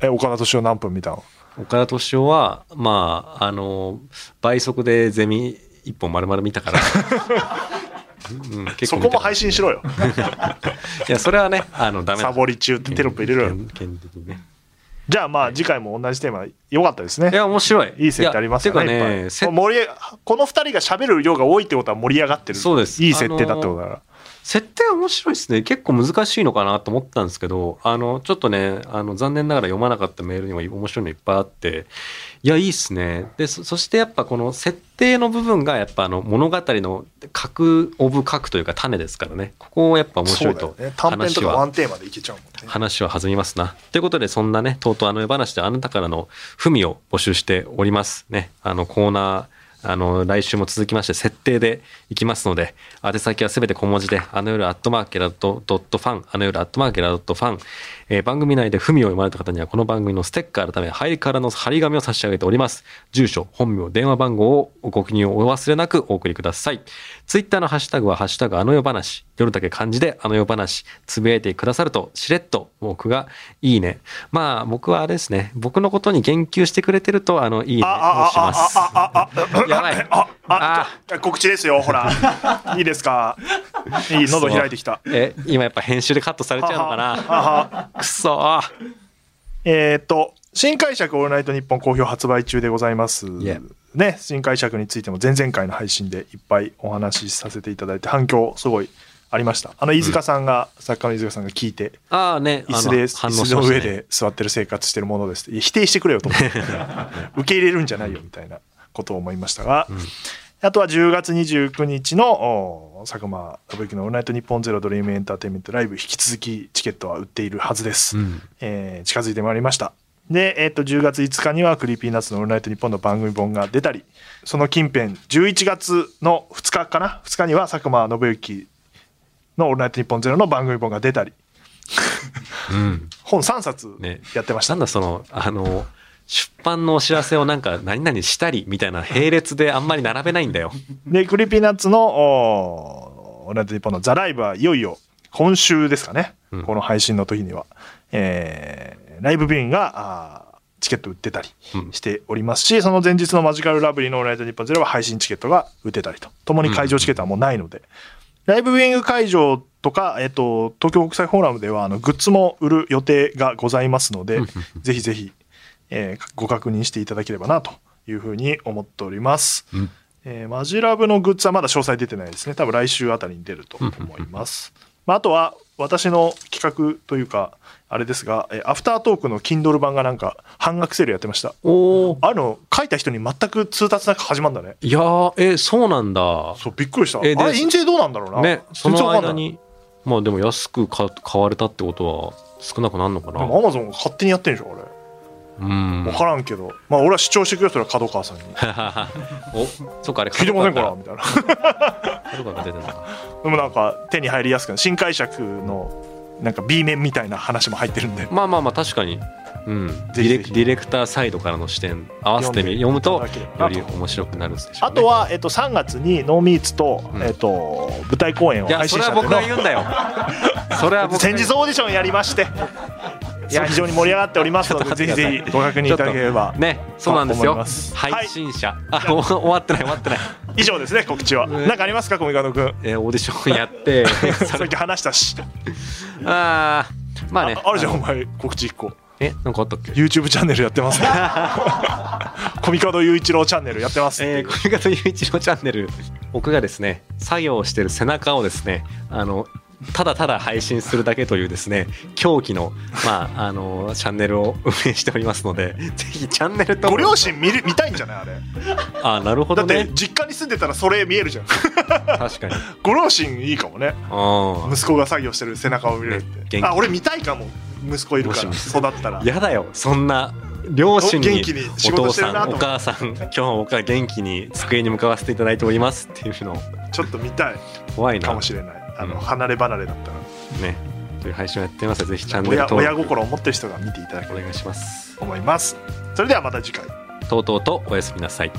え岡田敏夫何分見たの岡田敏夫はまああの倍速でゼミ一本丸々見た からうん、結そ構見たこも配信しろよいやそれはねあのダメだサボり中ってテロップ入れろよ権権的にねじゃあまあ次回も同じテーマ良かったですいねや面白いいい設定ありますよねいやてかねいっぱせい盛り上がこの2人が喋る量が多いってことは盛り上がってるそうですいい設定だってことだから、設定面白いですね結構難しいのかなと思ったんですけどあのちょっとねあの残念ながら読まなかったメールにも面白いのいっぱいあっていやいいっすねでそそしてやっぱこの設定の部分がやっぱあの物語の核オブ核というか種ですからねここをやっぱ面白いそうとだよね短編と話かはワンテーマでいけちゃうもんね話は弾みますな。ということで、そんなね、とうとうあの世話であなたからの文を募集しております。ね、あのコーナー、あの、来週も続きまして、設定でいきますので、宛先はすべて小文字で、あの夜アットマーケラドドットファン、あの夜アットマーケラドットファン、えー番組内で文を読まれた方には、この番組のステッカーのため、ハイカラの張り紙を差し上げております。住所、本名、電話番号をご記入をお忘れなくお送りください。ツイッターのハッシュタグは、ハッシュタグあの世話、夜だけ漢字であの世話、つぶやいてくださると、しれっと僕がいいね。まあ、僕はあれですね、僕のことに言及してくれてると、あの、いいねをします。やばい。ああああ告知ですよほらいいですかいい喉開いてきたえ、今やっぱ編集でカットされちゃうのかなははくそーえーっと新解釈オールナイトニッポン好評発売中でございます、 Yeah ね新解釈についても前々回の配信でいっぱいお話しさせていただいて反響すごいありましたあの飯塚さんが、作家の飯塚さんが聞いてああね、椅子で椅あの子の上。反応しましたねで座ってる生活してるものですっていや否定してくれよと 思って受け入れるんじゃないよみたいなことを思いましたが、あとは10月29日のお佐久間信之の「オールナイトニッポンゼロドリームエンターテインメントライブ」引き続きチケットは売っているはずです、うんえー近づいてまいりましたで、えっと10月5日には「クリーピーナッツのオールナイトニッポン」の番組本が出たりその近辺11月の2日かな2日には佐久間信之の「オールナイトニッポンゼロの番組本が出たりうん。本3冊ねやってました、なんだその、あの、出版のお知らせをなんか何々したりみたいな並列であんまり並べないんだよ。でクリーピーナッツのおー「オールナイトニッポン」の「ザ・ライブ」はいよいよ今週ですかね、うんこの配信の時には、えーライブビューイングがあーチケット売ってたりうんしておりますし、その前日のマジカルラブリーの「オールナイトニッポンゼロは配信チケットが売ってたりとともに会場チケットはもうないので、ライブビューイング会場とか、えっと、東京国際フォーラムではあのグッズも売る予定がございますので、ぜひぜひ、えーご確認していただければなというふうに思っております。うんえーマジラブのグッズはまだ詳細出てないですね。多分来週あたりに出ると思います。まあ、あとは私の企画というか、あれですが、えーアフタートークの Kindle 版がなんか半額セールやってました。おお。あの、書いた人に全く通達なく始まるんだね。いやー、え、そうなんだ。そう、びっくりした。えーであれ、印税どうなんだろうな。ね、そ全然のわかんな間いに、まあでも安くか買われたってことは少なくなるのかでな。もアマゾンが勝手にやってんでしょあれうん。分からんけど、まあ俺は主張してくれそれは角川さんに お、そっかあれ、聞いてませんから角みたいな 川が出てるのか。でもなんか手に入りやすくなる新解釈のなんか B 面みたいな話も入ってるんでまあまあまあ確かに。うん、デぜィひレぜクひディレクターサイドからの視点合わせてみ読むと読んでいただよけりればな面白くなるんでしょう、ね、あとは、えっと、3月にノーミーツと、うんえっと、舞台公演をいや配そ信れ者はでの僕が言うんだよ それは僕が先日オーディションやりましていや非常に盛り上がっておりますのでぜひぜひご確認いただければ、ねそうなんですとよ思います配信者、あお終わってない終 わってない、以上ですね告知はね何かありますか小見監督えーオーディションやって さっき話したし あーまあねああるじゃんお前告知1個えなんかあったっけ YouTube チャンネルやって ますねコミカド雄一郎チャンネルやってますっていえうー、小見方雄一郎チャンネル僕がですね作業をしてる背中をですねあのただただ配信するだけというですね狂気の,、まあ、あのチャンネルを 運営しておりますのでぜひチャンネルご登両録親見る見たいんじゃないあれあなるほだどってね実家に住んでたらそれ見えるじゃん確かにご両親いいかもねあ息子が作業してる背中を見れるねっ元て気あ俺見たいかも息子いるからもし育ったらあやだよそんな両親に元気に仕お事父してさるなんとお思って母さん 今日も僕は元気に机に向かわせていただいておりますっていうのちょっと見たい怖いなかもしれないあの、うん離れ離れだったらねという配信をやってますのでぜひチャンネル親登親録心を持ってる人が見ていただけれおば願いしますと思いますそれではまた次回。とうとうとおやすみなさい。